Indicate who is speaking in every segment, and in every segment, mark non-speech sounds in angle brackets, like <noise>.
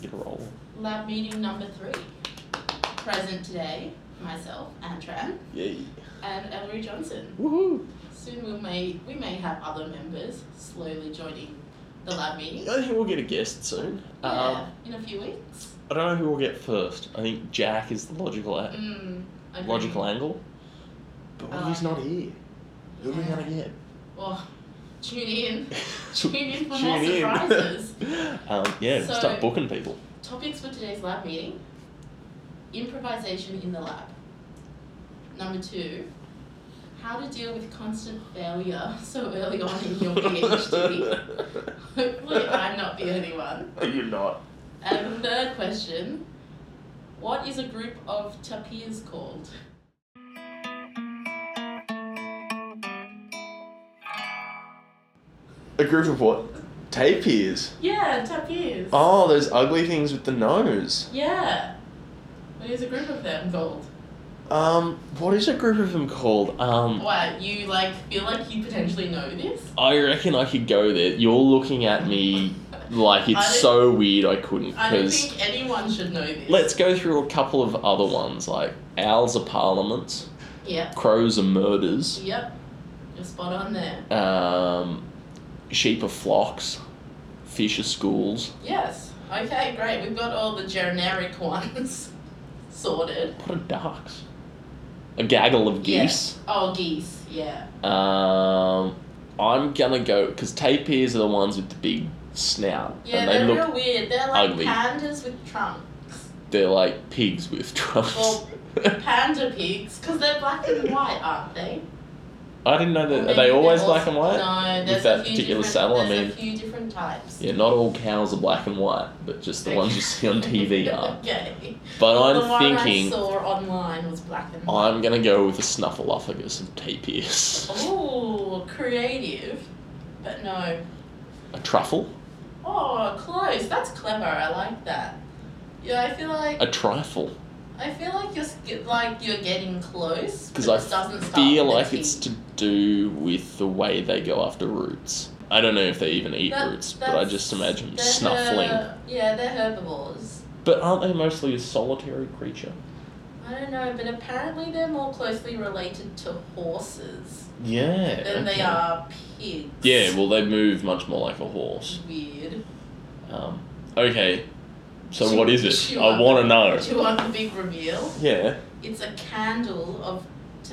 Speaker 1: Get a roll.
Speaker 2: Lab meeting number three. Present today, myself, Antran,
Speaker 1: Yay.
Speaker 2: and Ellery Johnson.
Speaker 1: Woohoo.
Speaker 2: Soon we may, we may have other members slowly joining the lab meeting.
Speaker 1: I think we'll get a guest soon. Um,
Speaker 2: Yeah, in a few weeks.
Speaker 1: I don't know who we'll get first. I think Jack is the logical a-
Speaker 2: Mm, okay.
Speaker 1: logical angle. But what if he's not here? Who are we gonna
Speaker 2: <laughs>
Speaker 1: get?
Speaker 2: Well, tune in. Tune
Speaker 1: <laughs> Tune
Speaker 2: in for more
Speaker 1: in.
Speaker 2: surprises.
Speaker 1: <laughs> um, yeah,
Speaker 2: So-
Speaker 1: start
Speaker 2: <laughs>
Speaker 1: booking people.
Speaker 2: Topics for today's lab meeting improvisation in the lab. Number two, how to deal with constant failure <laughs> so early on in
Speaker 1: <laughs>
Speaker 2: your PhD. Hopefully, I'm not the only one.
Speaker 1: Are you not?
Speaker 2: And the third question What is a group of tapirs called?
Speaker 1: A group of what? Tapirs.
Speaker 2: Yeah, tapirs.
Speaker 1: Oh, those ugly things with the nose.
Speaker 2: Yeah. What is a group of them called?
Speaker 1: Um, what is a group of them called? Um,
Speaker 2: Why, you like feel like you potentially know this?
Speaker 1: I reckon I could go there. You're looking at me like
Speaker 2: I
Speaker 1: it's
Speaker 2: don't-
Speaker 1: so weird I couldn't.
Speaker 2: I don't
Speaker 1: Because
Speaker 2: think anyone should know this.
Speaker 1: let's go through a couple of other ones like owls are parliaments,
Speaker 2: Yep.
Speaker 1: crows are murders,
Speaker 2: Yep. You're spot on there.
Speaker 1: um, sheep are flocks, fish are schools.
Speaker 2: Yes. Okay, great. We've got all the generic ones <laughs> sorted.
Speaker 1: What are ducks? A gaggle of
Speaker 2: Yeah.
Speaker 1: geese.
Speaker 2: Oh, geese. Yeah.
Speaker 1: Um, I'm gonna go because tapirs are the ones with the big snout,
Speaker 2: Yeah,
Speaker 1: and they
Speaker 2: they're real
Speaker 1: look
Speaker 2: weird. They're like
Speaker 1: ugly.
Speaker 2: pandas with trunks.
Speaker 1: they're like pigs with <laughs> trunks.
Speaker 2: Well, Panda pigs, because they're black and white, aren't they?
Speaker 1: I didn't know that.
Speaker 2: Or
Speaker 1: Are they
Speaker 2: maybe
Speaker 1: always
Speaker 2: they're
Speaker 1: black
Speaker 2: also-
Speaker 1: and white?
Speaker 2: No,
Speaker 1: With
Speaker 2: there's
Speaker 1: that
Speaker 2: a few
Speaker 1: particular
Speaker 2: different,
Speaker 1: saddle, I
Speaker 2: there's
Speaker 1: mean-
Speaker 2: a few different types.
Speaker 1: Yeah, not all cows are black and white, but just the ones you see
Speaker 2: <laughs>
Speaker 1: on TV are.
Speaker 2: okay.
Speaker 1: But
Speaker 2: Well, the
Speaker 1: I'm
Speaker 2: one
Speaker 1: thinking
Speaker 2: I saw online was black and white.
Speaker 1: I'm gonna go with a snuffleupagus of tapirs.
Speaker 2: Oh. Ooh, creative. But no.
Speaker 1: A truffle,
Speaker 2: Oh, close. That's clever. I like that. Yeah, I feel like
Speaker 1: a trifle.
Speaker 2: I feel like you're sk- like you're getting close.
Speaker 1: Because
Speaker 2: but
Speaker 1: I
Speaker 2: it doesn't start
Speaker 1: feel
Speaker 2: with a
Speaker 1: like
Speaker 2: T.
Speaker 1: it's to do with the way they go after roots. I don't know if they even eat
Speaker 2: That-
Speaker 1: roots, but I
Speaker 2: that's-
Speaker 1: just imagine
Speaker 2: they're
Speaker 1: snuffling.
Speaker 2: her- yeah, they're herbivores.
Speaker 1: But aren't they mostly a solitary creature?
Speaker 2: I don't know, but apparently they're more closely related to horses
Speaker 1: Yeah.
Speaker 2: than they are pigs.
Speaker 1: Yeah, well, they move much more like a horse.
Speaker 2: It's Weird.
Speaker 1: Um, okay, so
Speaker 2: Do-
Speaker 1: what is
Speaker 2: do
Speaker 1: it?
Speaker 2: you
Speaker 1: I
Speaker 2: want
Speaker 1: want to know.
Speaker 2: Do you want the big reveal?
Speaker 1: Yeah.
Speaker 2: It's a candle of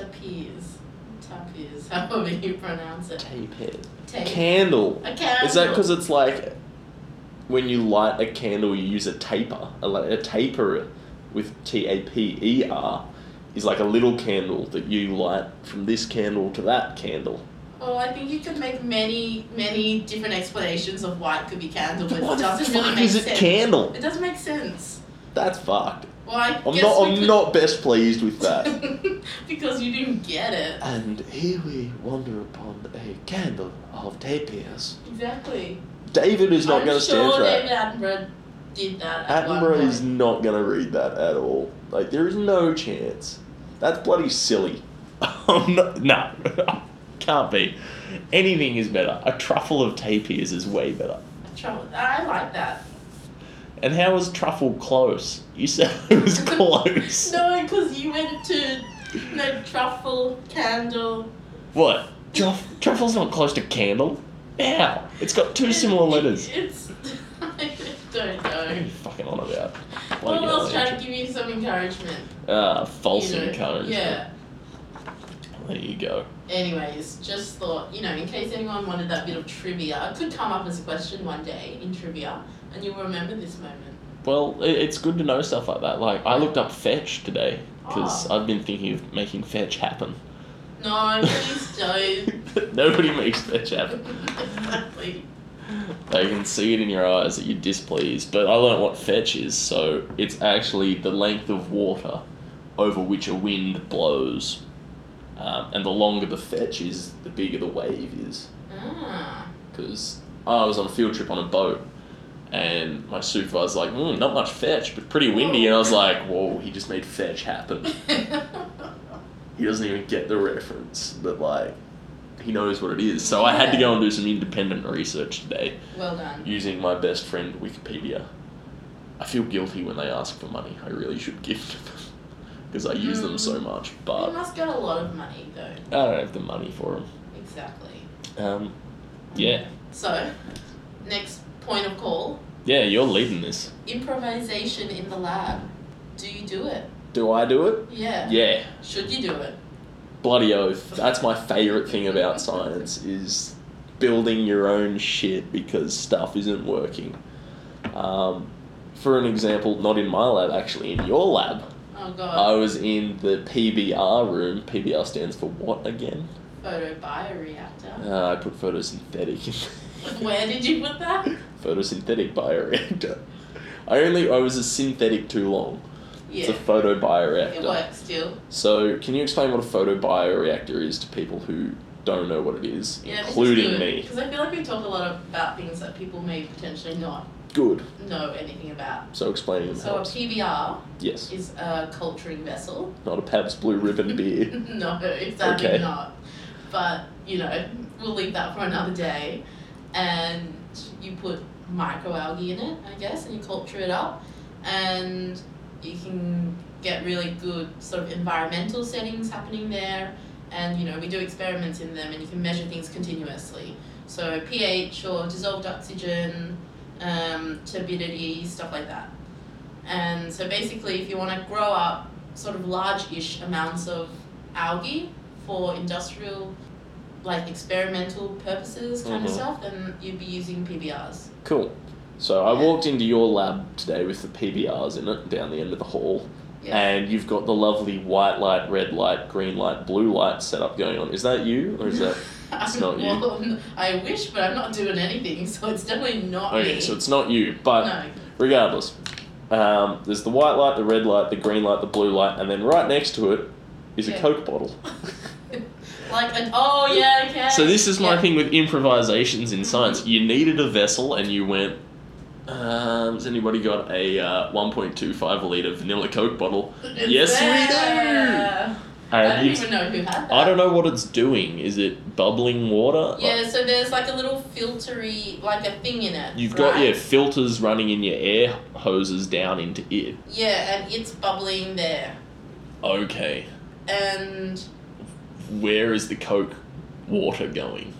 Speaker 2: tapirs. Tapirs, <laughs> however you pronounce it.
Speaker 1: Tape head.
Speaker 2: Tape.
Speaker 1: Candle.
Speaker 2: a candle.
Speaker 1: Is that because it's like when you light a candle, you use a taper? A, li- a taper with T A P E R is like a little candle that you light from this candle to that candle.
Speaker 2: Well, I think you could make many, many different explanations of why it could be candle, but
Speaker 1: What
Speaker 2: it
Speaker 1: the
Speaker 2: doesn't really
Speaker 1: fuck
Speaker 2: make
Speaker 1: is it
Speaker 2: sense.
Speaker 1: candle?
Speaker 2: It doesn't make sense.
Speaker 1: That's fucked.
Speaker 2: Well, I
Speaker 1: I'm
Speaker 2: guess
Speaker 1: not.
Speaker 2: we
Speaker 1: I'm
Speaker 2: could- <laughs>
Speaker 1: not best pleased with that.
Speaker 2: because you didn't get it.
Speaker 1: And here we wander upon a candle of tapirs.
Speaker 2: Exactly.
Speaker 1: David is not
Speaker 2: I'm
Speaker 1: going to stand
Speaker 2: sure
Speaker 1: for
Speaker 2: David
Speaker 1: that.
Speaker 2: Attenborough did that. at one
Speaker 1: Attenborough is
Speaker 2: point.
Speaker 1: not going to read that at all. Like, there is no chance. That's bloody silly. <laughs> I'm not, no, <laughs> can't be. Anything is better. A truffle of tapirs is way better.
Speaker 2: Trouble. I like that.
Speaker 1: And how was truffle close? You said <laughs>
Speaker 2: <laughs>
Speaker 1: it was close.
Speaker 2: No, because you went to no truffle candle.
Speaker 1: What? Truff, truffle's not close to candle. How? It's got two similar letters.
Speaker 2: It's. <laughs> I don't know.
Speaker 1: <laughs> What are you fucking on about?
Speaker 2: Well,
Speaker 1: Bloody
Speaker 2: I was
Speaker 1: hell,
Speaker 2: trying to give you some encouragement.
Speaker 1: Ah, false
Speaker 2: you know.
Speaker 1: encouragement.
Speaker 2: Yeah.
Speaker 1: There you go.
Speaker 2: Anyways, just thought, you know, in case anyone wanted that bit of trivia, it could come up as a question one day in trivia, and you'll remember this moment.
Speaker 1: Well, i- it's good to know stuff like that. Like, I looked up fetch today because
Speaker 2: Oh.
Speaker 1: I've been thinking of making
Speaker 2: <laughs>
Speaker 1: fetch happen.
Speaker 2: No, please
Speaker 1: <laughs>
Speaker 2: don't.
Speaker 1: Nobody makes fetch happen.
Speaker 2: <laughs> exactly.
Speaker 1: They can see it in your eyes that you're displeased. But I learned what fetch is, so it's actually the length of water over which a wind blows. Um, and the longer the fetch is, the bigger the wave is.
Speaker 2: Ah. <laughs>
Speaker 1: because I was on a field trip on a boat, and my supervisor's like, mm, not much fetch, but pretty windy. And I was like, whoa, he just made fetch happen. He doesn't even get the reference, but like, he knows what it is. So I had to go and do some independent research today
Speaker 2: well done.
Speaker 1: using my best friend Wikipedia. I feel guilty when they ask for money. I really should give to them <laughs> because I use them so
Speaker 2: Mm.
Speaker 1: much.
Speaker 2: They
Speaker 1: But
Speaker 2: must got a lot of money though.
Speaker 1: I don't have the money for
Speaker 2: Exactly.
Speaker 1: them. Um, yeah,
Speaker 2: So, next point of call
Speaker 1: yeah, you're leading this.
Speaker 2: improvisation in the lab. Do you do it?
Speaker 1: Do I do it?
Speaker 2: Yeah.
Speaker 1: Yeah,
Speaker 2: Should you do it?
Speaker 1: bloody oath. That's my favorite thing about science is building your own shit because stuff isn't working. Um, for an example, not in my lab, actually in your lab,
Speaker 2: Oh
Speaker 1: I
Speaker 2: god.
Speaker 1: was in the PBR room. PBR stands for what again?
Speaker 2: Photobioreactor.
Speaker 1: Uh, I put photosynthetic in
Speaker 2: <laughs>
Speaker 1: <laughs> there.
Speaker 2: Where did you put that?
Speaker 1: photosynthetic bioreactor. I only I was a synthetic too long. It's
Speaker 2: Yeah.
Speaker 1: a photobioreactor.
Speaker 2: It works still.
Speaker 1: So can you explain what a photobioreactor is to people who don't know what it is,
Speaker 2: Yeah,
Speaker 1: including me?
Speaker 2: Because I feel like we talk a lot about things that people may potentially not
Speaker 1: Good.
Speaker 2: know anything about.
Speaker 1: So explaining
Speaker 2: So a
Speaker 1: helps.
Speaker 2: PBR
Speaker 1: Yes.
Speaker 2: is a culturing vessel.
Speaker 1: Not a Pabst Blue
Speaker 2: <laughs>
Speaker 1: Ribbon beer.
Speaker 2: no, exactly
Speaker 1: Okay.
Speaker 2: not. But you know, we'll leave that for another day. And you put microalgae in it, I guess, and you culture it up, and you can get really good sort of environmental settings happening there. And you know, we do experiments in them, and you can measure things continuously. So pH or dissolved oxygen, um, turbidity, stuff like that. And so basically, if you want to grow up sort of large-ish amounts of algae for industrial, like experimental purposes kind of
Speaker 1: Mhm.
Speaker 2: stuff, then you'd be using PBRs.
Speaker 1: Cool. So I
Speaker 2: Yeah.
Speaker 1: walked into your lab today with the PBRs in it down the end of the hall,
Speaker 2: Yeah.
Speaker 1: and you've got the lovely white light, red light, green light, blue light setup going on. Is that you or is that it's not you?
Speaker 2: well, n- I wish, but I'm not doing anything, so it's definitely <laughs> not
Speaker 1: Okay,
Speaker 2: me.
Speaker 1: so it's not you, but
Speaker 2: no.
Speaker 1: regardless, um, there's the white light, the red light, the green light, the blue light, and then right next to it is a
Speaker 2: Yeah.
Speaker 1: Coke bottle.
Speaker 2: <laughs> Like an, oh yeah okay.
Speaker 1: So this is my
Speaker 2: Yeah.
Speaker 1: thing with improvisations in science. You needed a vessel, and you went. Um, has anybody got a uh, 1.25 liter vanilla Coke bottle?
Speaker 2: It's
Speaker 1: Yes, we
Speaker 2: there. I
Speaker 1: And
Speaker 2: don't
Speaker 1: you've-
Speaker 2: even know who had that.
Speaker 1: I don't know what it's doing. Is it bubbling water? Like,
Speaker 2: Yeah, so there's like a little filtery, like a thing in it.
Speaker 1: you've got
Speaker 2: right?
Speaker 1: yeah filters running in your air hoses down into it.
Speaker 2: Yeah, and it's bubbling there,
Speaker 1: Okay,
Speaker 2: and
Speaker 1: where is the Coke water going?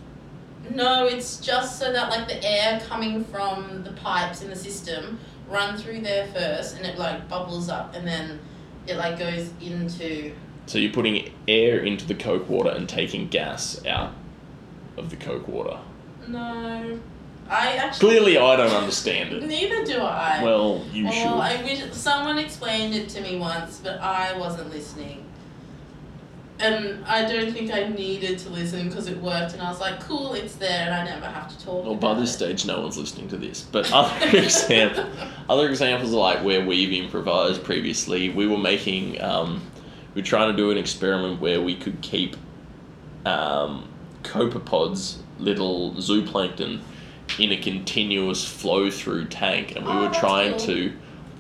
Speaker 2: no, it's just so that like the air coming from the pipes in the system run through there first, and it like bubbles up, and then it like goes into
Speaker 1: So you're putting air into the Coke water and taking gas out of the Coke water.
Speaker 2: no. I actually
Speaker 1: Clearly, I don't understand it.
Speaker 2: Neither do I.
Speaker 1: Well, you
Speaker 2: Or
Speaker 1: should.
Speaker 2: Oh, I wish someone explained it to me once, but I wasn't listening. And I don't think I needed to listen because it worked, and I was like, "Cool, it's there, and I never have to talk."
Speaker 1: Well, by
Speaker 2: about
Speaker 1: this
Speaker 2: it.
Speaker 1: stage, no one's listening to this. But <laughs>
Speaker 2: <laughs>
Speaker 1: other example, other examples are like where we've improvised previously. We were making, um, we were trying to do an experiment where we could keep um, copepods, little zooplankton, in a continuous flow through tank, and we
Speaker 2: Oh,
Speaker 1: were
Speaker 2: that's
Speaker 1: trying
Speaker 2: cool.
Speaker 1: to.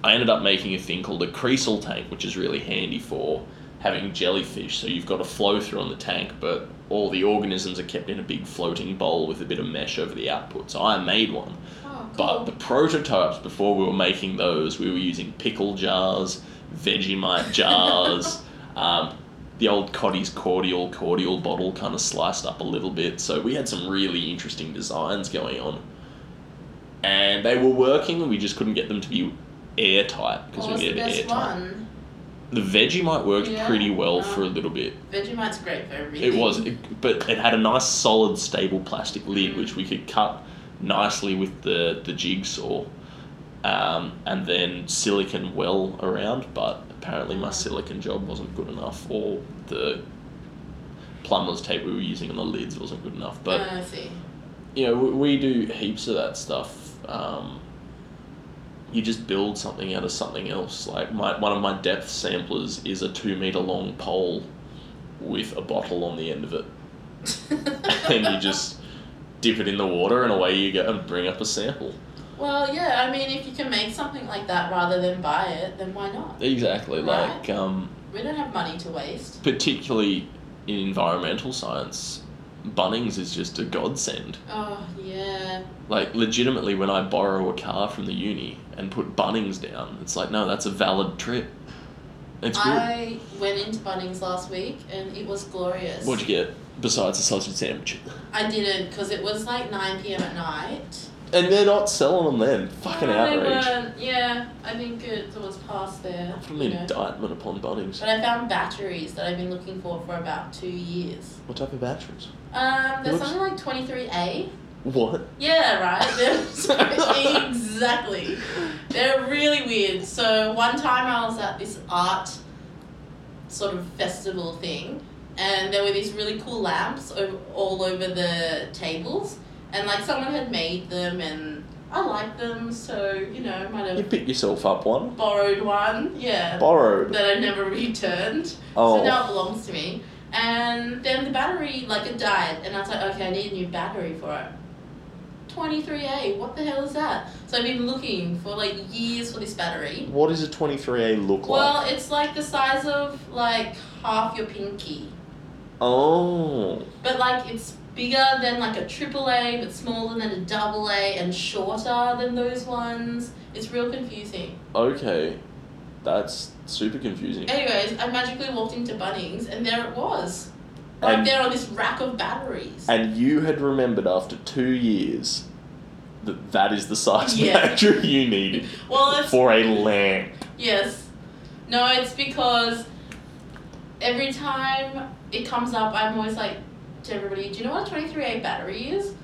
Speaker 1: I ended up making a thing called a creasel tank, which is really handy for having jellyfish. So you've got a flow through on the tank, but all the organisms are kept in a big floating bowl with a bit of mesh over the output. So I made one.
Speaker 2: Oh,
Speaker 1: But
Speaker 2: cool.
Speaker 1: the prototypes before we were making those, we were using pickle jars,
Speaker 2: <laughs>
Speaker 1: Vegemite jars, um, the old Coddy's cordial cordial bottle kind of sliced up a little bit. So we had some really interesting designs going on, and they were working. We just couldn't get them to be airtight
Speaker 2: what
Speaker 1: because we
Speaker 2: was the
Speaker 1: needed
Speaker 2: best
Speaker 1: airtight.
Speaker 2: one?
Speaker 1: The Vegemite worked
Speaker 2: Yeah,
Speaker 1: pretty well for a
Speaker 2: uh,
Speaker 1: little bit.
Speaker 2: Vegemite's great for everything.
Speaker 1: It was, it- but it had a nice solid stable plastic lid
Speaker 2: Mm.
Speaker 1: which we could cut nicely with the the jigsaw, um, and then silicon well around. But apparently my silicon job wasn't good enough, or the plumber's tape we were using on the lids wasn't good enough. But
Speaker 2: Uh, I see.
Speaker 1: you know, we, we do heaps of that stuff. Um, you just build something out of something else. Like my one of my depth samplers is a two meter long pole with a bottle on the end of it, <laughs> <laughs> and you just dip it in the water, and away you go, and bring up a sample.
Speaker 2: <laughs> Well, yeah. I mean, if you can make something like that rather than buy it, then why not?
Speaker 1: Exactly,
Speaker 2: Right.
Speaker 1: like um,
Speaker 2: We don't have money to waste.
Speaker 1: particularly in environmental science, Bunnings is just a godsend.
Speaker 2: Oh, yeah.
Speaker 1: Like, legitimately, when I borrow a car from the uni and put Bunnings down, it's like, no, that's a valid trip. It's good.
Speaker 2: I went into Bunnings last week and it was glorious.
Speaker 1: What'd you get besides a sausage sandwich?
Speaker 2: I didn't because it was like 9 p.m. at night.
Speaker 1: And they're not selling them then. Fucking
Speaker 2: Yeah, they
Speaker 1: outrage.
Speaker 2: weren't- Yeah, I think it was past there.
Speaker 1: Put an
Speaker 2: You know.
Speaker 1: indictment upon Bunnings.
Speaker 2: But I found batteries that I've been looking for for about two years.
Speaker 1: What type of batteries?
Speaker 2: Um, there's
Speaker 1: Whoops.
Speaker 2: something like 23A. <laughs>
Speaker 1: What?
Speaker 2: Yeah, right.
Speaker 1: <laughs>
Speaker 2: They're- exactly. They're really weird. So one time I was at this art sort of festival thing, and there were these really cool lamps o- all over the tables, and like someone had made them, and I liked them, so you know might
Speaker 1: You
Speaker 2: have
Speaker 1: pick yourself up one.
Speaker 2: borrowed one. Yeah.
Speaker 1: Borrowed.
Speaker 2: that I never <laughs> returned. So
Speaker 1: Oh.
Speaker 2: now it belongs to me. And then the battery, like, it died, and I was like, okay, I need a new battery for it. 23A, what the hell is that? So I've been looking for like years for this battery.
Speaker 1: What does a 23A look like?
Speaker 2: Well, it's like the size of like half your pinky,
Speaker 1: Oh.
Speaker 2: but like it's bigger than like a triple A, but smaller than a double A, and shorter than those ones. It's real confusing.
Speaker 1: Okay. That's super confusing.
Speaker 2: Anyways, I magically walked into Bunnings, and there it was. Right
Speaker 1: And-
Speaker 2: there on this rack of batteries.
Speaker 1: And you had remembered after two years that that is the size
Speaker 2: Yeah.
Speaker 1: <laughs> battery you needed
Speaker 2: <laughs> well, it's
Speaker 1: for a lamp.
Speaker 2: yes, no, it's because every time it comes up, I'm always like to everybody, "Do you know what a 23A battery is?"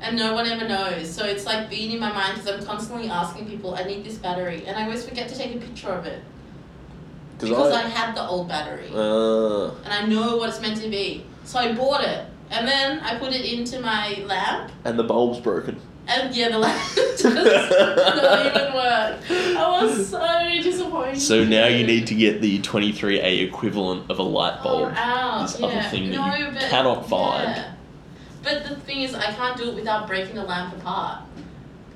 Speaker 2: And no one ever knows, so it's like been in my mind because I'm constantly asking people, "I need this battery," and I always forget to take a picture of it because I, had the old battery
Speaker 1: Uh,
Speaker 2: and I know what it's meant to be. So I bought it, and then I put it into my lamp.
Speaker 1: and the bulb's broken.
Speaker 2: And yeah, the
Speaker 1: <laughs>
Speaker 2: last <laughs> does not even work. I was so disappointed.
Speaker 1: So now you need to get the 23A equivalent of a light
Speaker 2: Oh,
Speaker 1: bulb.
Speaker 2: ow,
Speaker 1: this
Speaker 2: yeah.
Speaker 1: other thing that
Speaker 2: no,
Speaker 1: you
Speaker 2: but,
Speaker 1: cannot find.
Speaker 2: Yeah. But the thing is, I can't do it without breaking the lamp apart.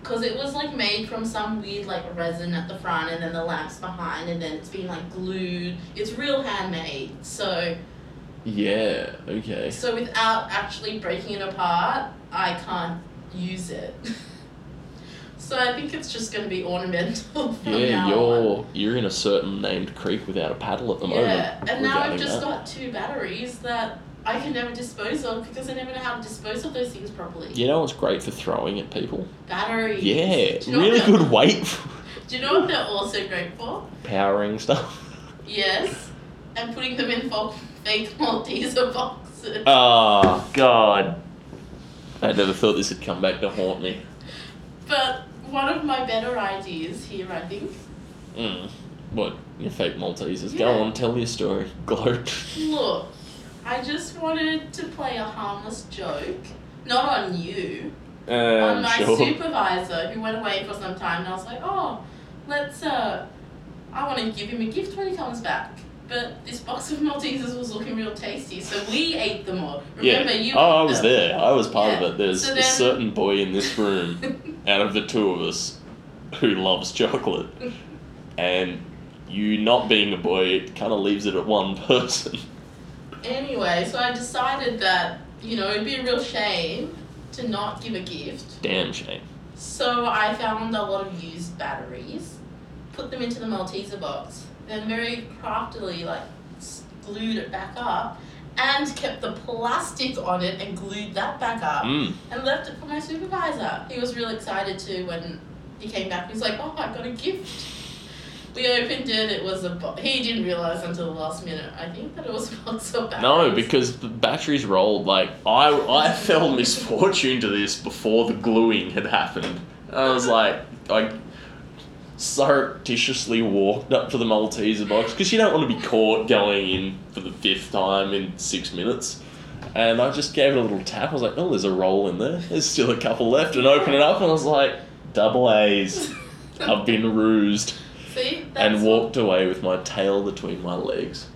Speaker 2: Because it was like made from some weird like resin at the front, and then the lamp's behind, and then it's been like glued. It's real handmade. So
Speaker 1: Yeah, okay.
Speaker 2: so without actually breaking it apart, I can't use it. <laughs> so I think it's just going to be ornamental <laughs> from now
Speaker 1: Yeah,
Speaker 2: on.
Speaker 1: you're you're in a certain named creek without a paddle at the
Speaker 2: Yeah,
Speaker 1: moment.
Speaker 2: and now I've
Speaker 1: regarding
Speaker 2: just
Speaker 1: that.
Speaker 2: got two batteries that I can never dispose of because I never know how to dispose of those things properly.
Speaker 1: You know what's great for throwing
Speaker 2: <laughs>
Speaker 1: at people?
Speaker 2: Batteries.
Speaker 1: Yeah,
Speaker 2: Do you know <laughs>
Speaker 1: really
Speaker 2: what
Speaker 1: good weight for
Speaker 2: they're- Do you know what they're also great for?
Speaker 1: powering stuff. <laughs>
Speaker 2: Yes, and putting them in fo- fake Malteser boxes.
Speaker 1: Oh God! I never thought this had come back to haunt me.
Speaker 2: But one of my better ideas here, I think.
Speaker 1: Mm. What? Your fake Maltesers?
Speaker 2: Yeah.
Speaker 1: Go on, tell your story. <laughs> Gloat.
Speaker 2: Look, I just wanted to play a harmless joke. Not on you, on
Speaker 1: Um,
Speaker 2: my
Speaker 1: sure.
Speaker 2: supervisor who went away for some time, and I was like, oh, let's, uh, I want to give him a gift when he comes back. But this box of Maltesers was looking real tasty, so we ate them all.
Speaker 1: <laughs> yeah.
Speaker 2: Remember, you
Speaker 1: oh, I
Speaker 2: ate
Speaker 1: was
Speaker 2: them.
Speaker 1: there. I was part
Speaker 2: Yeah.
Speaker 1: of it. There's
Speaker 2: So
Speaker 1: a
Speaker 2: then-
Speaker 1: certain boy in this
Speaker 2: <laughs>
Speaker 1: room, <laughs> out of the two of us, who loves chocolate, and you not being a boy, it kind of leaves it at one person.
Speaker 2: anyway, so I decided that, you know, it'd be a real shame to not give a gift.
Speaker 1: Damn shame.
Speaker 2: So I found a lot of used batteries, put them into the Malteser box, then very craftily like s- glued it back up, and kept the plastic on it and glued that back up,
Speaker 1: Mm.
Speaker 2: and left it for my supervisor. He was real excited too when he came back. He was like, "Oh, I got a gift." We opened it. It was a box. He didn't realize until the last minute. I think that it was <laughs> a box of batteries. <laughs>
Speaker 1: No, because the batteries rolled. Like I, I <laughs> fell misfortune to this before the gluing had happened. I was like, I surreptitiously walked up to the Malteser box because you don't want to be caught going in for the fifth time in six minutes. And I just gave it a little tap. I was like, oh, there's a roll in there. There's still a couple left. And open it up, and I was like, double A's. I've been <laughs> rused.
Speaker 2: See, that's
Speaker 1: And walked away with my tail between my legs.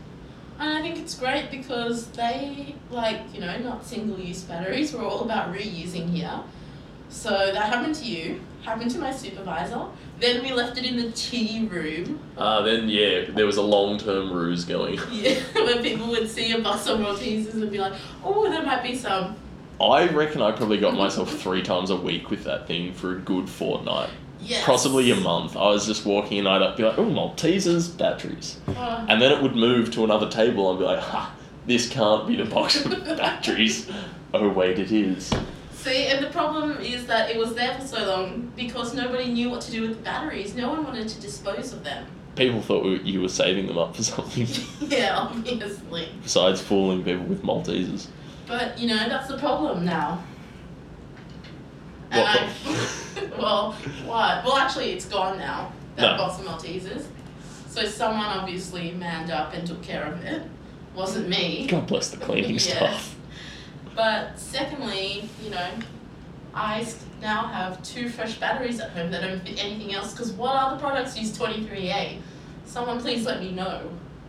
Speaker 2: And I think it's great because they, like, you know, not single use batteries, we're all about reusing here. So that happened to you, happened to my supervisor, Then we left it in the tea room, <laughs>
Speaker 1: Uh, then yeah, there was a long term ruse going.
Speaker 2: yeah, where people would see a bus of Maltesers and be like, oh, there might be some.
Speaker 1: I reckon I probably got myself three times a week with that thing for a good fortnight,
Speaker 2: Yes.
Speaker 1: possibly a month. I was just walking and I'd be like, "Oh, Maltesers batteries,"
Speaker 2: Oh.
Speaker 1: and then it would move to another table and be like, "Ha, this can't be the
Speaker 2: <laughs>
Speaker 1: box of batteries." Oh wait, it is.
Speaker 2: See, and the problem is that it was there for so long because nobody knew what to do with the batteries. No one wanted to dispose of them. <laughs>
Speaker 1: People thought we- you were saving them up for something <laughs>
Speaker 2: yeah, obviously.
Speaker 1: besides fooling people with Maltesers.
Speaker 2: But you know, that's the problem now. And
Speaker 1: What
Speaker 2: I, <laughs> well, what? Well, actually, it's gone now. That
Speaker 1: No.
Speaker 2: box of Maltesers. So someone obviously manned up and took care of it. Wasn't me.
Speaker 1: God bless the cleaning
Speaker 2: Yeah.
Speaker 1: staff.
Speaker 2: But secondly, you know, I s- now have two fresh batteries at home that don't fit anything else. Because what other products use 23A? Someone please let me know.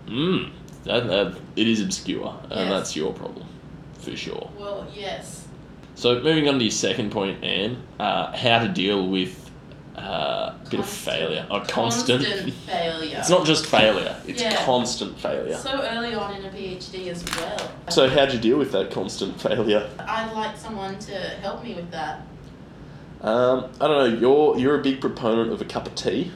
Speaker 1: Mm, that, that, it is obscure,
Speaker 2: Yes.
Speaker 1: and that's your problem, for sure.
Speaker 2: Well, yes.
Speaker 1: So moving on to your second point, Anne, uh, how to deal with uh, a bit of
Speaker 2: Constant.
Speaker 1: failure. Oh, constant.
Speaker 2: failure.
Speaker 1: <laughs> It's not just failure; it's
Speaker 2: Yeah.
Speaker 1: constant failure.
Speaker 2: So early on in a PhD as well.
Speaker 1: So how'd you deal with that constant failure?
Speaker 2: I'd like someone to help me with that.
Speaker 1: Um, I don't know. You're you're a big proponent of a cup of tea.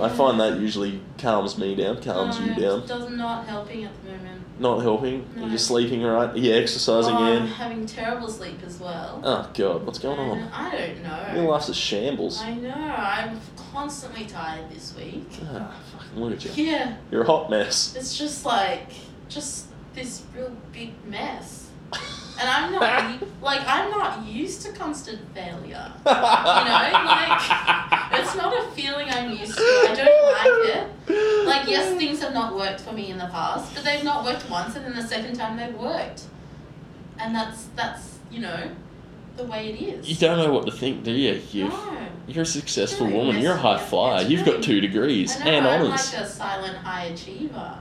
Speaker 1: I find that usually calms me down, calms
Speaker 2: no,
Speaker 1: you down.
Speaker 2: Does not helping at the moment.
Speaker 1: Not helping.
Speaker 2: No.
Speaker 1: You're sleeping all right. You're exercising,
Speaker 2: oh, I'm
Speaker 1: Anne.
Speaker 2: having terrible sleep as well.
Speaker 1: Oh God, what's going on?
Speaker 2: And I don't
Speaker 1: Your
Speaker 2: know.
Speaker 1: life's a shambles.
Speaker 2: I know. I'm constantly tired this week.
Speaker 1: Ah, fucking look at you.
Speaker 2: Yeah,
Speaker 1: You're a hot mess.
Speaker 2: it's just like just this real big mess. And I'm
Speaker 1: <laughs>
Speaker 2: not u- like I'm not used to constant failure. It's not a feeling I'm used to. I don't like it.
Speaker 1: it.
Speaker 2: Like,
Speaker 1: <laughs>
Speaker 2: yes, things have not worked for me in the past, but they've not worked once, and then the second time they've worked. And that's, that's you know, the way it is.
Speaker 1: You don't know what to think, do you? you
Speaker 2: No.
Speaker 1: You're a successful
Speaker 2: Really
Speaker 1: woman. You're a high
Speaker 2: messy.
Speaker 1: flyer.
Speaker 2: It's
Speaker 1: You've got
Speaker 2: really-
Speaker 1: two degrees
Speaker 2: I know,
Speaker 1: and
Speaker 2: I'm
Speaker 1: honours.
Speaker 2: like a silent high achiever.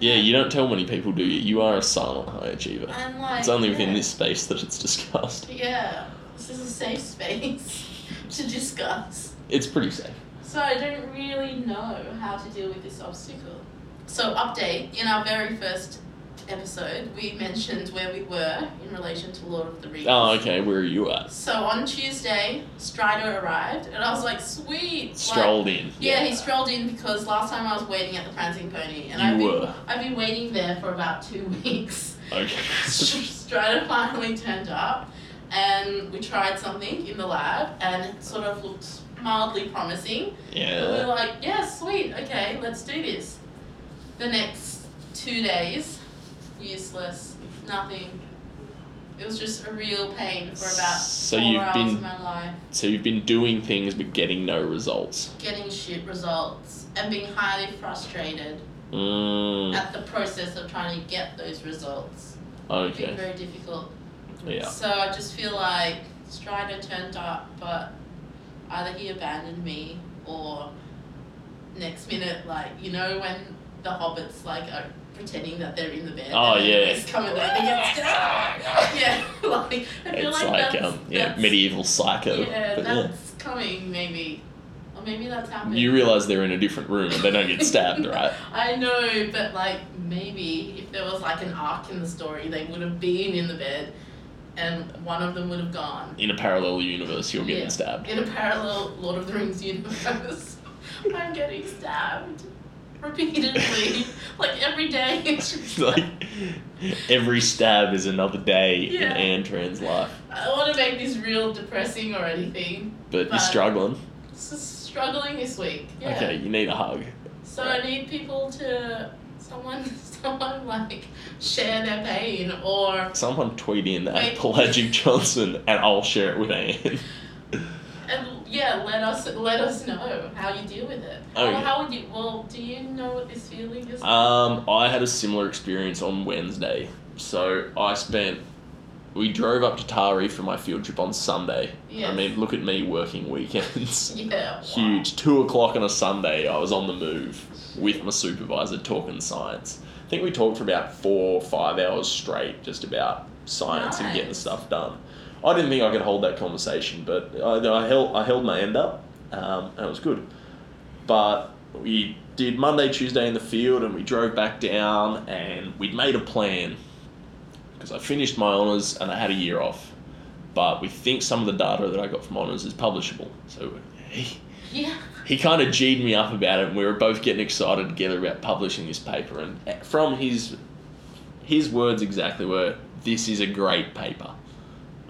Speaker 1: Yeah, you don't tell many people, do you? You are a silent high achiever.
Speaker 2: And like,
Speaker 1: it's only within
Speaker 2: yeah.
Speaker 1: this space that it's discussed.
Speaker 2: Yeah, this is a safe space <laughs> to discuss.
Speaker 1: It's pretty safe.
Speaker 2: So I don't really know how to deal with this obstacle. So update in our very first episode, we mentioned where we were in relation to Lord of the Rings.
Speaker 1: Oh, okay. Where are you at?
Speaker 2: So on Tuesday, Strider arrived, and I was like, sweet. like-
Speaker 1: Strolled in.
Speaker 2: yeah, he strolled in because last time I was waiting at the Prancing Pony, and
Speaker 1: You
Speaker 2: I've been,
Speaker 1: were.
Speaker 2: I've been waiting there for about two <laughs> weeks.
Speaker 1: Okay.
Speaker 2: <laughs>
Speaker 1: <laughs>
Speaker 2: Strider finally turned up, and we tried something in the lab, and it sort of looked mildly promising. And we
Speaker 1: yeah.
Speaker 2: were like, yeah, sweet, okay, let's do this. The next two days, useless, nothing. It was just a real pain for about
Speaker 1: So
Speaker 2: 4
Speaker 1: you've
Speaker 2: hours
Speaker 1: been-
Speaker 2: of my life.
Speaker 1: So you've been doing things but getting no results.
Speaker 2: getting shit results and being highly frustrated
Speaker 1: Mm,
Speaker 2: at the process of trying to get those results. It's been
Speaker 1: okay.
Speaker 2: very difficult.
Speaker 1: Yeah.
Speaker 2: So I just feel like Strider turned up, but either he abandoned me or next minute, like, you know, when the hobbits, like, are pretending that they're in the bed.
Speaker 1: Oh,
Speaker 2: and then
Speaker 1: yeah.
Speaker 2: He's coming over and gets down. <laughs> Yeah, like, I feel
Speaker 1: It's
Speaker 2: like,
Speaker 1: like
Speaker 2: that's,
Speaker 1: um, yeah,
Speaker 2: that's-
Speaker 1: medieval psycho.
Speaker 2: Yeah,
Speaker 1: but yeah.
Speaker 2: that's coming, maybe. Or maybe that's happening.
Speaker 1: You realise they're in a different room and they don't get
Speaker 2: <laughs>
Speaker 1: stabbed, right?
Speaker 2: I know, but like maybe if there was like an arc in the story, they would have been in the bed, and one of them would have gone
Speaker 1: In a parallel universe, you're getting
Speaker 2: Yeah.
Speaker 1: stabbed.
Speaker 2: in a parallel Lord of the Rings universe. <laughs> I'm getting stabbed
Speaker 1: <laughs>
Speaker 2: repeatedly, like every day. <laughs>
Speaker 1: It's <laughs> like every stab is another day in
Speaker 2: Yeah.
Speaker 1: Anne Tran's life,
Speaker 2: I don't want to make this real depressing or anything.
Speaker 1: but you're
Speaker 2: But-
Speaker 1: struggling.
Speaker 2: It's just struggling this week. Yeah.
Speaker 1: Okay, you need a hug.
Speaker 2: So I need people to someone <laughs> someone like share their pain or
Speaker 1: Someone tweet in at
Speaker 2: Wait.
Speaker 1: Pelagic Johnson, and I'll share it with Anne.
Speaker 2: And yeah, let us let us know how you deal with it. How-
Speaker 1: Okay.
Speaker 2: How would you? Well, do you know what this feeling is?
Speaker 1: Um, Oh, I had a similar experience on Wednesday. So I spent. We drove up to Tari for my field trip on Sunday.
Speaker 2: Yes.
Speaker 1: I mean, look at me working weekends.
Speaker 2: yeah.
Speaker 1: Huge. Two o'clock on a Sunday, I was on the move with my supervisor talking science. I think we talked for about four or five hours straight just about science and getting
Speaker 2: Nice.
Speaker 1: stuff done. I didn't think I could hold that conversation, but I, I held I held my end up um, and it was good. But we did Monday, Tuesday in the field, and we drove back down, and we'd made a plan because I finished my honours and I had a year off. But we think some of the data that I got from honours is publishable. So he,
Speaker 2: Yeah.
Speaker 1: he kind of G'd me up about it, and we were both getting excited together about publishing this paper. And eh, from his his words exactly were, "This is a great paper."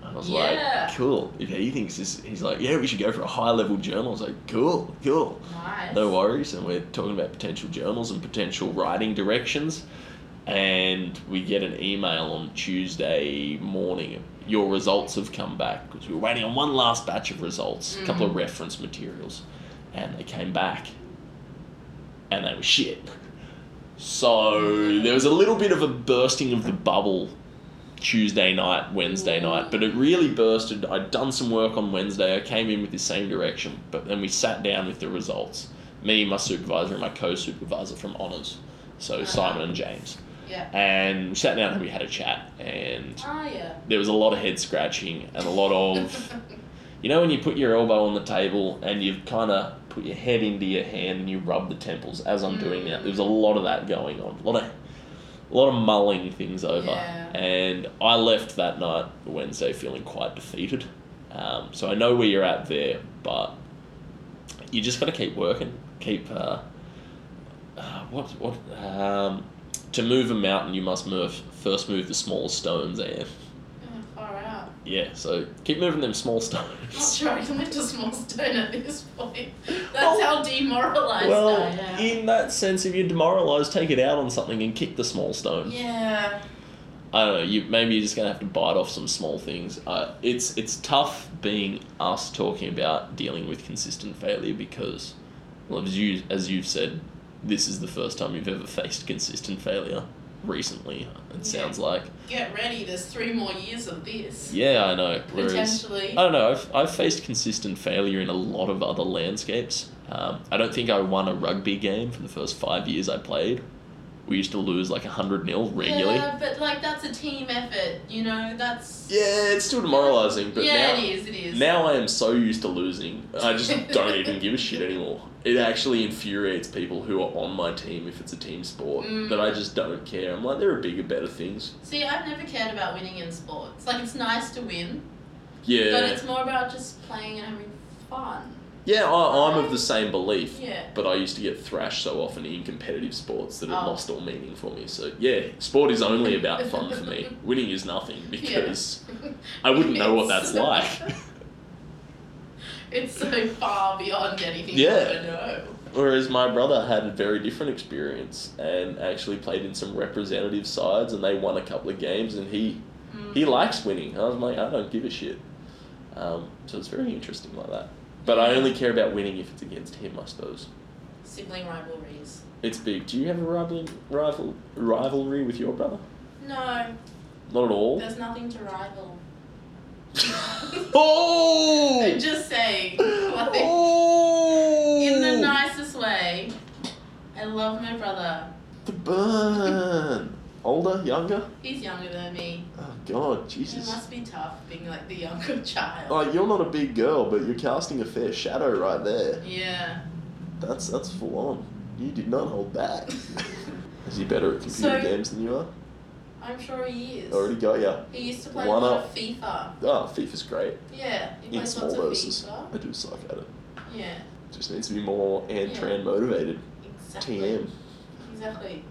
Speaker 1: And I was
Speaker 2: Yeah.
Speaker 1: like, "Cool." If he thinks this, he's like, "Yeah, we should go for a high level journal." I was like, "Cool, cool."
Speaker 2: Nice.
Speaker 1: No worries, and we're talking about potential journals and potential writing directions. And we get an email on Tuesday morning. Your results have come back because we were waiting on one last batch of results, a couple of reference materials, and they came back, and they were shit. So there was a little bit of a bursting of the bubble Tuesday night, Wednesday night, but it really bursted. I'd done some work on Wednesday. I came in with the same direction, but then we sat down with the results. Me, my supervisor, and my co-supervisor from honours, so
Speaker 2: Uh-huh.
Speaker 1: Simon and James,
Speaker 2: Yeah.
Speaker 1: and we sat down and we had a chat. And
Speaker 2: Oh yeah.
Speaker 1: there was a lot of head scratching and
Speaker 2: <laughs>
Speaker 1: a lot of, you know, when you put your elbow on the table and you've kind of put your head into your hand and you rub the temples. As I'm doing now, there was a lot of that going on. A lot of a lot of mulling things over.
Speaker 2: Yeah.
Speaker 1: And I left that night, Wednesday, feeling quite defeated. Um, so I know where you're at there, but you just got to keep working. Keep uh, uh, what what um, to move a mountain, you must move first move the small stones.
Speaker 2: Oh,
Speaker 1: And
Speaker 2: far out.
Speaker 1: yeah, so keep moving them small <laughs>
Speaker 2: I'm
Speaker 1: stones.
Speaker 2: sure I can lift a small stone at this point. That's
Speaker 1: Well-
Speaker 2: how demoralised
Speaker 1: Oh. Well,
Speaker 2: I am.
Speaker 1: in that sense, if you're demoralised, take it out on something and kick the small stone.
Speaker 2: yeah.
Speaker 1: I don't know. You maybe you're just gonna have to bite off some small things. Uh, it's it's tough being us talking about dealing with consistent failure because, well, as you as you've said, this is the first time you've ever faced consistent failure recently. It sounds like.
Speaker 2: Get ready. There's three more years of this.
Speaker 1: Yeah, Uh, I know. Whereas I
Speaker 2: Potentially.
Speaker 1: don't know. I've I've faced consistent failure in a lot of other landscapes. Um, I don't think I won a rugby game for the first five years I played. We used to lose like hundred 0 regularly.
Speaker 2: Yeah, but like that's a team effort. You know, that's.
Speaker 1: Yeah, it's still demoralizing, but
Speaker 2: yeah,
Speaker 1: now
Speaker 2: it is. It is.
Speaker 1: Now I am so used to losing,
Speaker 2: <laughs>
Speaker 1: I just don't even give a shit anymore. It actually infuriates people who are on my team if it's a team sport
Speaker 2: Mm.
Speaker 1: that I just don't care. I'm like, there are bigger, better things.
Speaker 2: See, I've never cared about winning in sports. Like it's nice to win, but
Speaker 1: Yeah,
Speaker 2: it's more about just playing and having fun.
Speaker 1: yeah, I, I'm of the same belief.
Speaker 2: Yeah. <laughs>
Speaker 1: But I used to get thrashed so often in competitive sports that it
Speaker 2: Oh.
Speaker 1: lost all meaning for me. So yeah, sport is only about fun for me. Winning is nothing because I wouldn't know what that's like.
Speaker 2: It's so far beyond anything
Speaker 1: Yeah.
Speaker 2: I ever know.
Speaker 1: Whereas my brother had a very different experience and actually played in some representative sides and they won a couple of games and he
Speaker 2: Mm.
Speaker 1: he likes winning. I was like, I don't give a shit. Um, so it's very interesting like that. But I only care about winning if it's against him, I suppose.
Speaker 2: Sibling rivalries.
Speaker 1: It's big. Do you have a rival, rival rivalry with your brother?
Speaker 2: No,
Speaker 1: Not at all.
Speaker 2: there's nothing to rival.
Speaker 1: oh!
Speaker 2: <laughs>
Speaker 1: <laughs>
Speaker 2: I'm just saying. Like,
Speaker 1: Oh!
Speaker 2: in the nicest way, I love my brother.
Speaker 1: The burn. Older, younger?
Speaker 2: He's younger than me.
Speaker 1: Oh God,
Speaker 2: It
Speaker 1: Jesus.
Speaker 2: must be tough being like the younger <laughs> child.
Speaker 1: Like you're not a big girl, but you're casting a fair shadow right there.
Speaker 2: Yeah. <laughs>
Speaker 1: That's that's full on. You did not
Speaker 2: <laughs>
Speaker 1: hold back. Is he better at
Speaker 2: So-
Speaker 1: computer games than you are?
Speaker 2: I'm sure he is.
Speaker 1: Already got ya.
Speaker 2: He used to play
Speaker 1: One
Speaker 2: a lot of FIFA.
Speaker 1: Oh, FIFA's great
Speaker 2: Yeah, he
Speaker 1: in
Speaker 2: plays
Speaker 1: small
Speaker 2: lots of
Speaker 1: doses.
Speaker 2: FIFA.
Speaker 1: I do suck at it.
Speaker 2: Yeah,
Speaker 1: Just needs to be more
Speaker 2: Yeah.
Speaker 1: Antran motivated.
Speaker 2: exactly.
Speaker 1: TM.
Speaker 2: Exactly.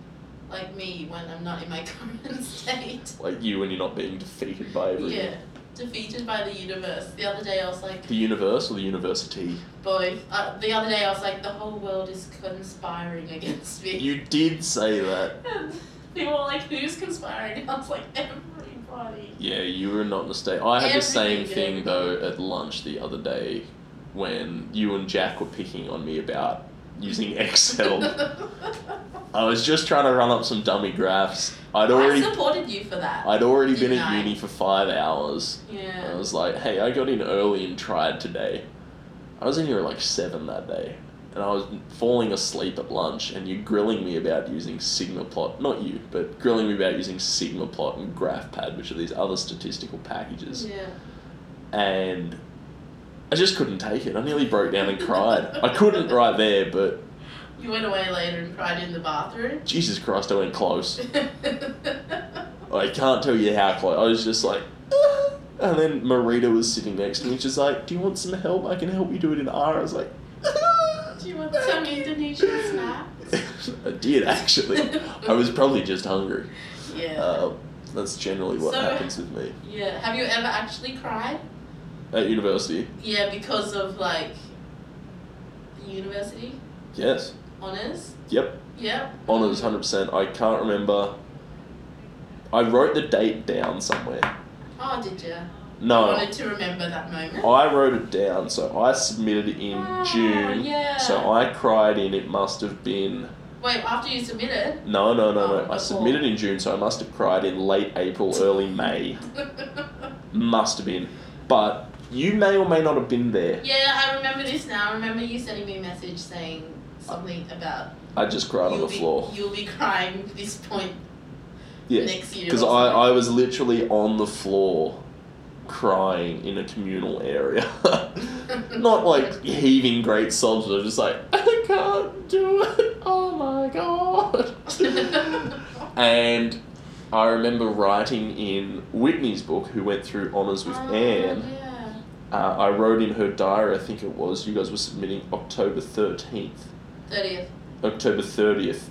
Speaker 2: Like me when I'm not in my <laughs> current state.
Speaker 1: Like you when you're not being defeated by everything.
Speaker 2: Yeah. Defeated by the universe. The other day I was like,
Speaker 1: The universe or the university?
Speaker 2: boy. Uh, the other day I was like, the whole world is conspiring against me.
Speaker 1: You did say that.
Speaker 2: <laughs> And they were like, who's conspiring? I was like, everybody.
Speaker 1: Yeah, you were not in the state. I had the same
Speaker 2: Everything.
Speaker 1: thing though at lunch the other day when you and Jack were picking on me about using
Speaker 2: <laughs>
Speaker 1: <laughs> Excel. I was just trying to run up some dummy graphs. I'd
Speaker 2: I
Speaker 1: already
Speaker 2: supported you for that.
Speaker 1: I'd already been
Speaker 2: Didn't
Speaker 1: at
Speaker 2: I?
Speaker 1: uni for five hours. I
Speaker 2: yeah.
Speaker 1: was like, hey, I got in early and tried today. I was in here at like seven that day. And I was falling asleep at lunch and you're grilling me about using Sigma plot not you, but grilling me about using Sigma plot and GraphPad, which are these other statistical packages
Speaker 2: Yeah.
Speaker 1: and I just couldn't take it. I nearly broke down and cried. I couldn't right there, but
Speaker 2: You went away later and cried in the bathroom.
Speaker 1: Jesus Christ, I
Speaker 2: <laughs>
Speaker 1: went close. I can't tell you how close. I was just like, "Ah." and then Marita was sitting next to me. She's like, "Do you want some help? I can help you do it in R." I was like, "Ah."
Speaker 2: Do you want some Indonesian snack?
Speaker 1: <laughs> I did actually. I was probably just
Speaker 2: <laughs>
Speaker 1: hungry.
Speaker 2: Yeah.
Speaker 1: Uh, that's generally what
Speaker 2: So-
Speaker 1: happens with me
Speaker 2: yeah. Have you ever actually cried?
Speaker 1: at university.
Speaker 2: Yeah, because of like university
Speaker 1: Yes.
Speaker 2: honors.
Speaker 1: Yep.
Speaker 2: Yeah.
Speaker 1: Honors, hundred percent. I can't remember. I wrote the date down somewhere.
Speaker 2: Oh, did you? I
Speaker 1: No,
Speaker 2: wanted to remember that moment.
Speaker 1: I wrote it down. So I submitted in
Speaker 2: Oh,
Speaker 1: June.
Speaker 2: Yeah.
Speaker 1: So I cried in. It must have been
Speaker 2: Wait, after you <laughs> submitted.
Speaker 1: no, no, no, no.
Speaker 2: Oh,
Speaker 1: I submitted in June, so I must have cried in late April, early May. Must have been, but you may or may not have been there.
Speaker 2: yeah, I remember this now. I remember you sending me a message saying something about
Speaker 1: I just cried on
Speaker 2: you'll
Speaker 1: the
Speaker 2: be,
Speaker 1: floor.
Speaker 2: You'll be crying at this point
Speaker 1: Yeah.
Speaker 2: next year.
Speaker 1: Because
Speaker 2: or
Speaker 1: I,
Speaker 2: something.
Speaker 1: I was literally on the floor crying in a communal area. <laughs>
Speaker 2: <laughs>
Speaker 1: Not like <laughs> heaving great sobs, but just like, I can't do it. Oh my
Speaker 2: <laughs>
Speaker 1: god. and I remember writing in Whitney's book, who went through honours with
Speaker 2: Oh,
Speaker 1: Anne.
Speaker 2: Yeah.
Speaker 1: Uh, I wrote in her diary, I think it was, you guys were submitting October 13th.
Speaker 2: 30th.
Speaker 1: October 30th.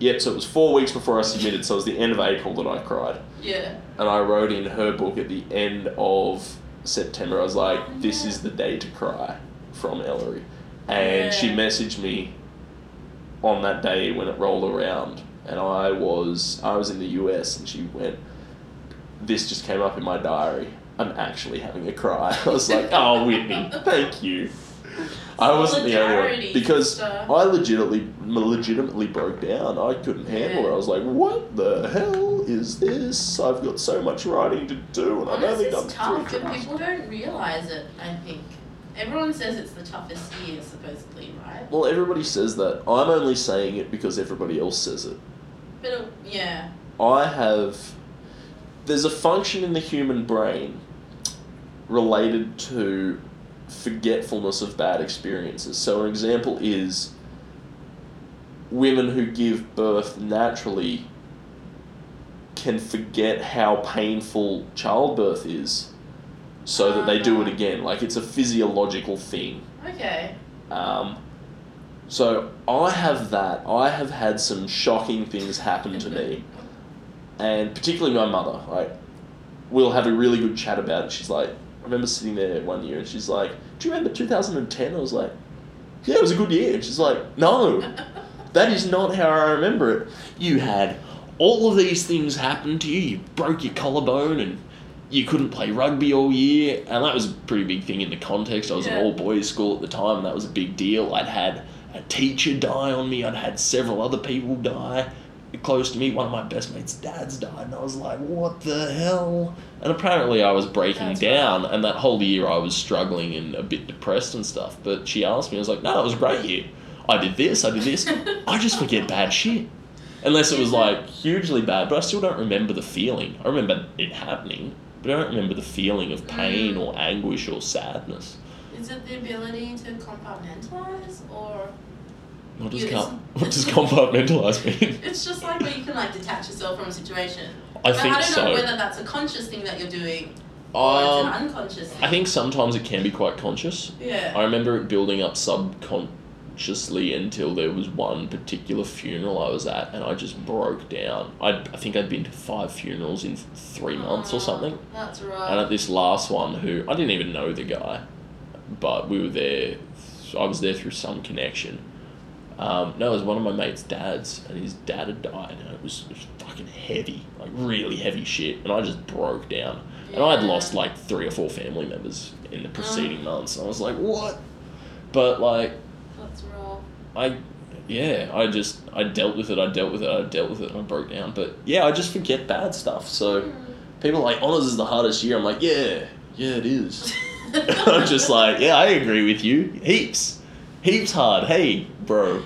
Speaker 1: Yep, so it was four weeks before I submitted, so it was the end of April that I cried
Speaker 2: Yeah.
Speaker 1: and I wrote in her book at the end of September. I was like, "This is the day to cry," from Ellery, and she
Speaker 2: Yeah.
Speaker 1: messaged me on that day when it rolled around, and I was I was in the U.S. and she went, "This just came up in my diary. I'm actually having a cry." <laughs> I was like, "Oh, Whitney, thank you." I wasn't the only
Speaker 2: Solidarity,
Speaker 1: one because
Speaker 2: sister.
Speaker 1: I legitimately, legitimately broke down. I couldn't handle it. I was like, "What the hell is this? I've got so much writing to do, and I've
Speaker 2: Honors
Speaker 1: only done
Speaker 2: is tough,
Speaker 1: three
Speaker 2: but
Speaker 1: drafts."
Speaker 2: people don't realise it, I think. Everyone says it's the toughest year, supposedly, right?
Speaker 1: Well, everybody says that. I'm only saying it because everybody else says it.
Speaker 2: But, uh, yeah.
Speaker 1: I have. There's a function in the human brain related to forgetfulness of bad experiences. So, an example is women who give birth naturally can forget how painful childbirth is so that they do it again. Like, it's a physiological thing.
Speaker 2: Okay.
Speaker 1: Um, so I have that. I have had some shocking things happen to me, and particularly my mother. Like, we'll have a really good chat about it. She's like, I remember sitting there one year, and she's like, "Do you remember 2010?" I was like, "Yeah, it was a good year." And she's like, "No, that is not how I remember it. You had all of these things happen to you. You broke your collarbone and you couldn't play rugby all year. And that was a pretty big thing in the context. I was
Speaker 2: Yeah.
Speaker 1: an all boys school at the time and that was a big deal. I'd had a teacher die on me, I'd had several other people die close to me. One of my best mates' dads died. And I was like, what the hell? And apparently I was breaking
Speaker 2: That's
Speaker 1: down. And that whole year I was struggling and a bit depressed and stuff. But she asked me, I was like, no, it was a great year. I did this, I
Speaker 2: <laughs>
Speaker 1: did this. I just forget bad shit. Unless it was like hugely bad, but I still don't remember the feeling. I remember it happening, but I don't remember the feeling of
Speaker 2: Mm.
Speaker 1: pain or anguish or sadness.
Speaker 2: <laughs> Is it the ability to compartmentalise,
Speaker 1: <laughs>
Speaker 2: or
Speaker 1: What does,
Speaker 2: Yes.
Speaker 1: com- <laughs> what does compartmentalise mean?
Speaker 2: it's just like where you can like detach yourself from a situation?
Speaker 1: I
Speaker 2: But <laughs>
Speaker 1: think
Speaker 2: I don't know
Speaker 1: so.
Speaker 2: whether that's a conscious thing that you're doing or it's
Speaker 1: Um,
Speaker 2: an unconscious thing.
Speaker 1: I think sometimes it can be quite conscious.
Speaker 2: yeah.
Speaker 1: I remember it building up subconsciously until there was one particular funeral I was at and I just broke down. I, I think I'd been to five funerals in three months or
Speaker 2: Ah,
Speaker 1: something.
Speaker 2: That's
Speaker 1: And
Speaker 2: right.
Speaker 1: at this last one, who I didn't even know the guy, but we were there. I was there through some connection. Um, no, it was one of my mate's dads, and his dad had died, and it was, it was fucking heavy, like really heavy shit. And I just broke down, and I had
Speaker 2: Yeah.
Speaker 1: lost like three or four family members in the preceding months. I was like, what? But like,
Speaker 2: That's right.
Speaker 1: I, yeah, I just I dealt with it. I dealt with it. I dealt with it, and I broke down. But yeah, I just forget bad stuff. So.
Speaker 2: Mm. Hmm.
Speaker 1: People are like, honors is the hardest year. I'm like, yeah, yeah, it is. <laughs> I'm just like, yeah, I agree with you. Heaps. Heaps hard. Hey, bro.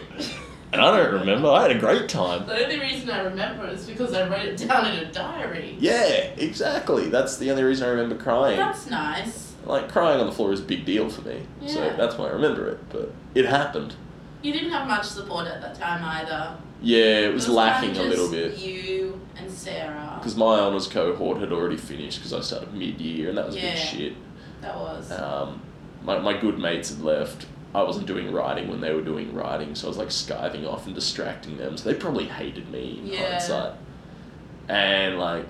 Speaker 1: And I don't remember. I had a great time.
Speaker 2: The only reason I remember is because I wrote it down in a diary.
Speaker 1: Yeah, exactly. That's the only reason I remember crying.
Speaker 2: That's nice.
Speaker 1: Like crying on the floor is a big deal for me, so
Speaker 2: Yeah.
Speaker 1: that's why I remember it. But it happened.
Speaker 2: You didn't have much support at that time either.
Speaker 1: Yeah, it was, lacking
Speaker 2: kinda
Speaker 1: a little
Speaker 2: just
Speaker 1: bit
Speaker 2: You and Sarah.
Speaker 1: because my honors cohort had already finished because I started mid year and that was
Speaker 2: Yeah.
Speaker 1: big shit.
Speaker 2: That was.
Speaker 1: Um, my, my good mates had left. I wasn't doing writing when they were doing writing, so I was like skiving off and distracting them. So they probably hated me in
Speaker 2: Yeah.
Speaker 1: hindsight. And like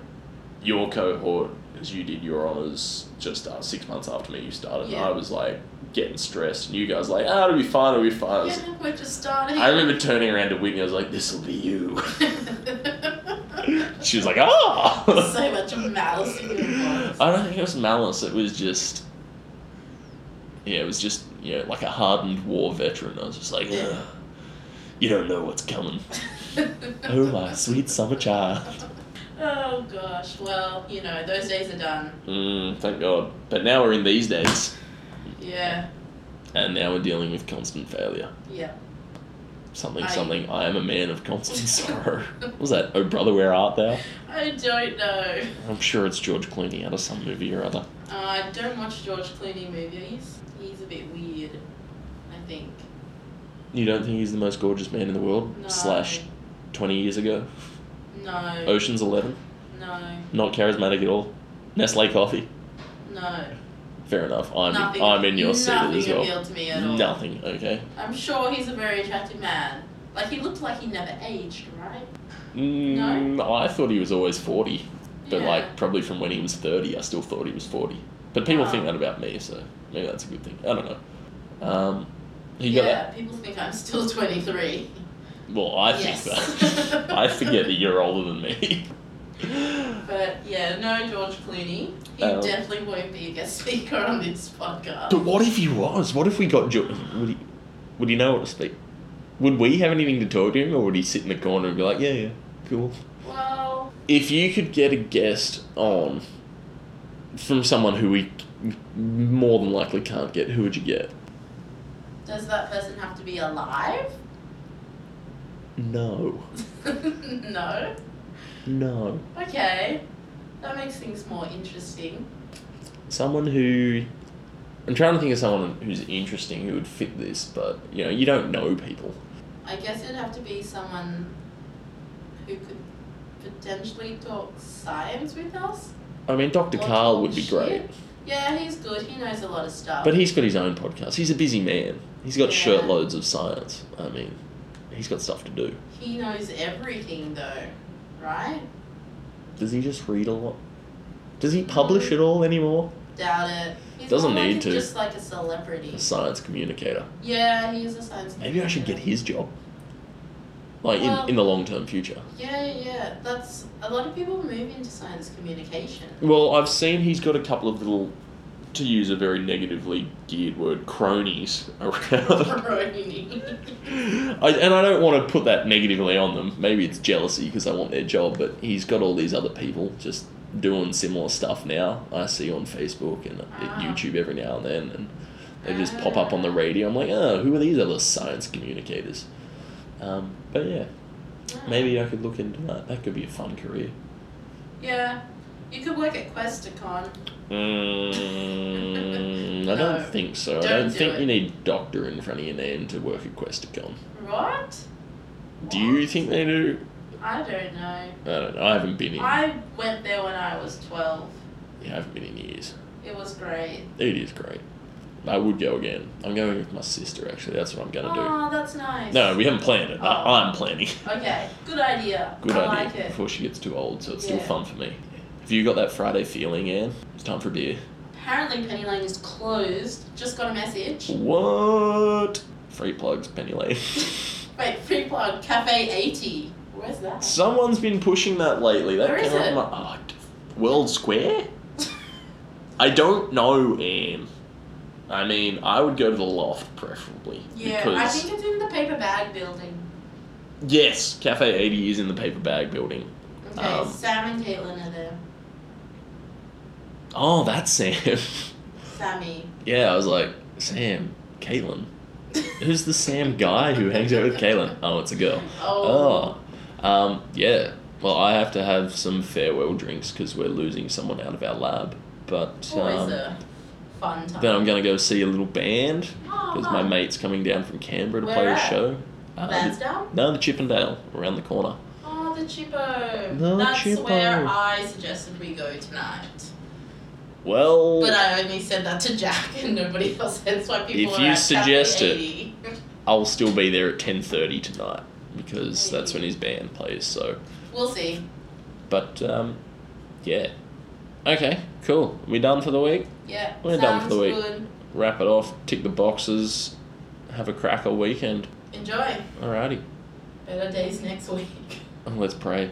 Speaker 1: your cohort, as you did your honors just uh, six months after me, you started. And
Speaker 2: Yeah.
Speaker 1: I was like getting stressed, and you guys were like, ah, it'll be fine, it'll be fine. I, was-
Speaker 2: yeah, we're just starting.
Speaker 1: I remember turning around to Whitney, I was like, this will be you. she was like, ah.
Speaker 2: <laughs> so much malice in your voice.
Speaker 1: I don't think it was malice. It was just, yeah, it was just you know like a hardened war veteran. I was just like,
Speaker 2: Yeah.
Speaker 1: "Ugh, you don't know what's coming. Oh my sweet summer child.
Speaker 2: Oh gosh. Well, you know those days are done.
Speaker 1: Mm, thank God. But now we're in these days,
Speaker 2: Yeah.
Speaker 1: and now we're dealing with constant failure.
Speaker 2: Yeah.
Speaker 1: Something,
Speaker 2: I-
Speaker 1: something. I am a man of constant <laughs> sorrow. What was that? Oh brother, where art thou?
Speaker 2: I don't know. Uh,
Speaker 1: I'm sure it's George Clooney out of some movie or other.
Speaker 2: I don't watch George Clooney movies. He's a bit weird. I think.
Speaker 1: You don't think he's the most gorgeous man in the world?
Speaker 2: No.
Speaker 1: Slash, Oh, twenty years ago,
Speaker 2: No.
Speaker 1: Ocean's Eleven.
Speaker 2: No.
Speaker 1: Not charismatic at all. Nestle coffee.
Speaker 2: No.
Speaker 1: Fair enough. I'm
Speaker 2: nothing.
Speaker 1: I'm in your seat
Speaker 2: nothing
Speaker 1: as well.
Speaker 2: appealed to me at all.
Speaker 1: Nothing. Okay.
Speaker 2: I'm sure he's a very attractive man. Like he looked like he never aged, right?
Speaker 1: Mm, I thought he was always forty, but
Speaker 2: yeah.
Speaker 1: like probably from when he was thirty, I still thought he was forty. But people
Speaker 2: Wow.
Speaker 1: think that about me, so maybe that's a good thing. I don't know. Um, he got
Speaker 2: yeah, people think I'm still <laughs> 23.
Speaker 1: that. Well, I
Speaker 2: Yes.
Speaker 1: think that. <laughs> I forget that you're older than me. <laughs>
Speaker 2: But yeah, no George Clooney. He
Speaker 1: Um,
Speaker 2: definitely won't be a guest speaker on this podcast.
Speaker 1: But what if he was? What if we got George? Would he? Would he know what to speak? Would we have anything to talk to him, or would he sit in the corner and be like, "Yeah, yeah, cool"?
Speaker 2: Well,
Speaker 1: if you could get a guest on from someone who we more than likely can't get, who would you get?
Speaker 2: does that person have to be alive?
Speaker 1: No,
Speaker 2: <laughs> no.
Speaker 1: no.
Speaker 2: Okay. That makes things more interesting.
Speaker 1: Someone who I'm trying to think of someone who's interesting who would fit this, but you know, you don't know people.
Speaker 2: I guess it'd have to be someone who could potentially talk science with us.
Speaker 1: I mean, Dr.
Speaker 2: Or
Speaker 1: Carl
Speaker 2: talk
Speaker 1: would be great,
Speaker 2: shit. Yeah, he's good. He knows a lot of stuff.
Speaker 1: but he's got his own podcast. He's a busy man. He's got
Speaker 2: Yeah.
Speaker 1: shirt loads of science. I mean, he's got stuff to do.
Speaker 2: He knows everything though, right?
Speaker 1: Does he just read a lot? Does he
Speaker 2: Mm.
Speaker 1: publish at all anymore?
Speaker 2: Doubt it. He's
Speaker 1: Doesn't
Speaker 2: more like
Speaker 1: need
Speaker 2: a-
Speaker 1: to.
Speaker 2: Just like a celebrity.
Speaker 1: A science communicator.
Speaker 2: Yeah, he is a science.
Speaker 1: Maybe I should get his job. Like
Speaker 2: Well-
Speaker 1: in, in the long term future.
Speaker 2: Yeah, yeah, yeah. That's a lot of people move into science communication.
Speaker 1: Well, I've seen he's got a couple of little, to use a very negatively geared word, cronies
Speaker 2: <laughs>
Speaker 1: around. <laughs>
Speaker 2: Brony.
Speaker 1: I, and I don't want to put that negatively on them. Maybe it's jealousy because I want their job, but he's got all these other people just doing similar stuff now. I see on Facebook and at
Speaker 2: Ah.
Speaker 1: YouTube every now and then, and they just pop up on the radio. I'm like, oh, who are these other science communicators? Um, but yeah. Maybe I could look into that. That could be a fun career.
Speaker 2: Yeah, you could work at Questacon.
Speaker 1: <laughs> Mm, I
Speaker 2: No.
Speaker 1: don't think so. I
Speaker 2: Don't
Speaker 1: don't
Speaker 2: do
Speaker 1: think
Speaker 2: it.
Speaker 1: you need doctor in front of your name to work at Questacon.
Speaker 2: What?
Speaker 1: Do you think they do?
Speaker 2: I don't know.
Speaker 1: I don't know. I haven't been in.
Speaker 2: I went there when I was twelve.
Speaker 1: yeah, I haven't been in years.
Speaker 2: It was great.
Speaker 1: It is great. I would go again. I'm going with my sister. Actually, that's what I'm gonna
Speaker 2: oh, that's nice.
Speaker 1: do. No, we haven't planned it.
Speaker 2: Oh.
Speaker 1: I, I'm planning.
Speaker 2: Okay, good idea.
Speaker 1: Good
Speaker 2: I
Speaker 1: idea.
Speaker 2: like it.
Speaker 1: Before she gets too old, so it's
Speaker 2: Yeah.
Speaker 1: still fun for me. Have you got that Friday feeling, Anne? It's time for beer.
Speaker 2: Apparently, Penny Lane is closed. Just got a message.
Speaker 1: What? Free plugs, Penny Lane. <laughs>
Speaker 2: Wait, free plug, Cafe 80. Where's that?
Speaker 1: Someone's been pushing that lately. That
Speaker 2: Where
Speaker 1: came
Speaker 2: is
Speaker 1: up
Speaker 2: it?
Speaker 1: my oh, d- World Square. I don't know, Em. I mean, I would go to the loft preferably.
Speaker 2: <laughs> Yeah,
Speaker 1: because
Speaker 2: I think it's in the paper bag building.
Speaker 1: yes, Cafe Eighty is in the paper bag building.
Speaker 2: Okay,
Speaker 1: Um,
Speaker 2: Sam and Caitlin are there.
Speaker 1: Oh, that's Sam. <laughs>
Speaker 2: Sammy.
Speaker 1: yeah, I was like Sam, Caitlin. Who's the Sam guy who hangs out with Caitlin? Oh, it's a girl.
Speaker 2: <laughs> oh.
Speaker 1: Oh, um, yeah. Well, I have to
Speaker 2: Oh,
Speaker 1: have some farewell drinks because we're losing someone out of our lab. But
Speaker 2: Always
Speaker 1: um,
Speaker 2: a fun time.
Speaker 1: Then I'm gonna go see a little band
Speaker 2: Oh,
Speaker 1: because my
Speaker 2: nice.
Speaker 1: mate's coming down from Canberra to
Speaker 2: Where
Speaker 1: play a
Speaker 2: at?
Speaker 1: show. Uh, the-
Speaker 2: Lansdowne?
Speaker 1: no, the Chippendale around the corner.
Speaker 2: Oh, the Chippo.
Speaker 1: The
Speaker 2: That's
Speaker 1: Chippo.
Speaker 2: where I suggested we go tonight.
Speaker 1: Well,
Speaker 2: But uh, I only said that to Jack and nobody <laughs> else. That's why people
Speaker 1: If
Speaker 2: were
Speaker 1: you
Speaker 2: at Cafe
Speaker 1: suggest it.
Speaker 2: 80.
Speaker 1: I'll still be there at ten thirty tonight because that's when his band plays. So.
Speaker 2: We'll see.
Speaker 1: But um, yeah. Okay, cool. We done for the week.
Speaker 2: Yeah.
Speaker 1: We're
Speaker 2: sounds
Speaker 1: done for the week.
Speaker 2: good.
Speaker 1: Wrap it off. Tick the boxes. Have a cracker weekend.
Speaker 2: Enjoy.
Speaker 1: Alrighty.
Speaker 2: Better days next week. <laughs>
Speaker 1: Let's pray.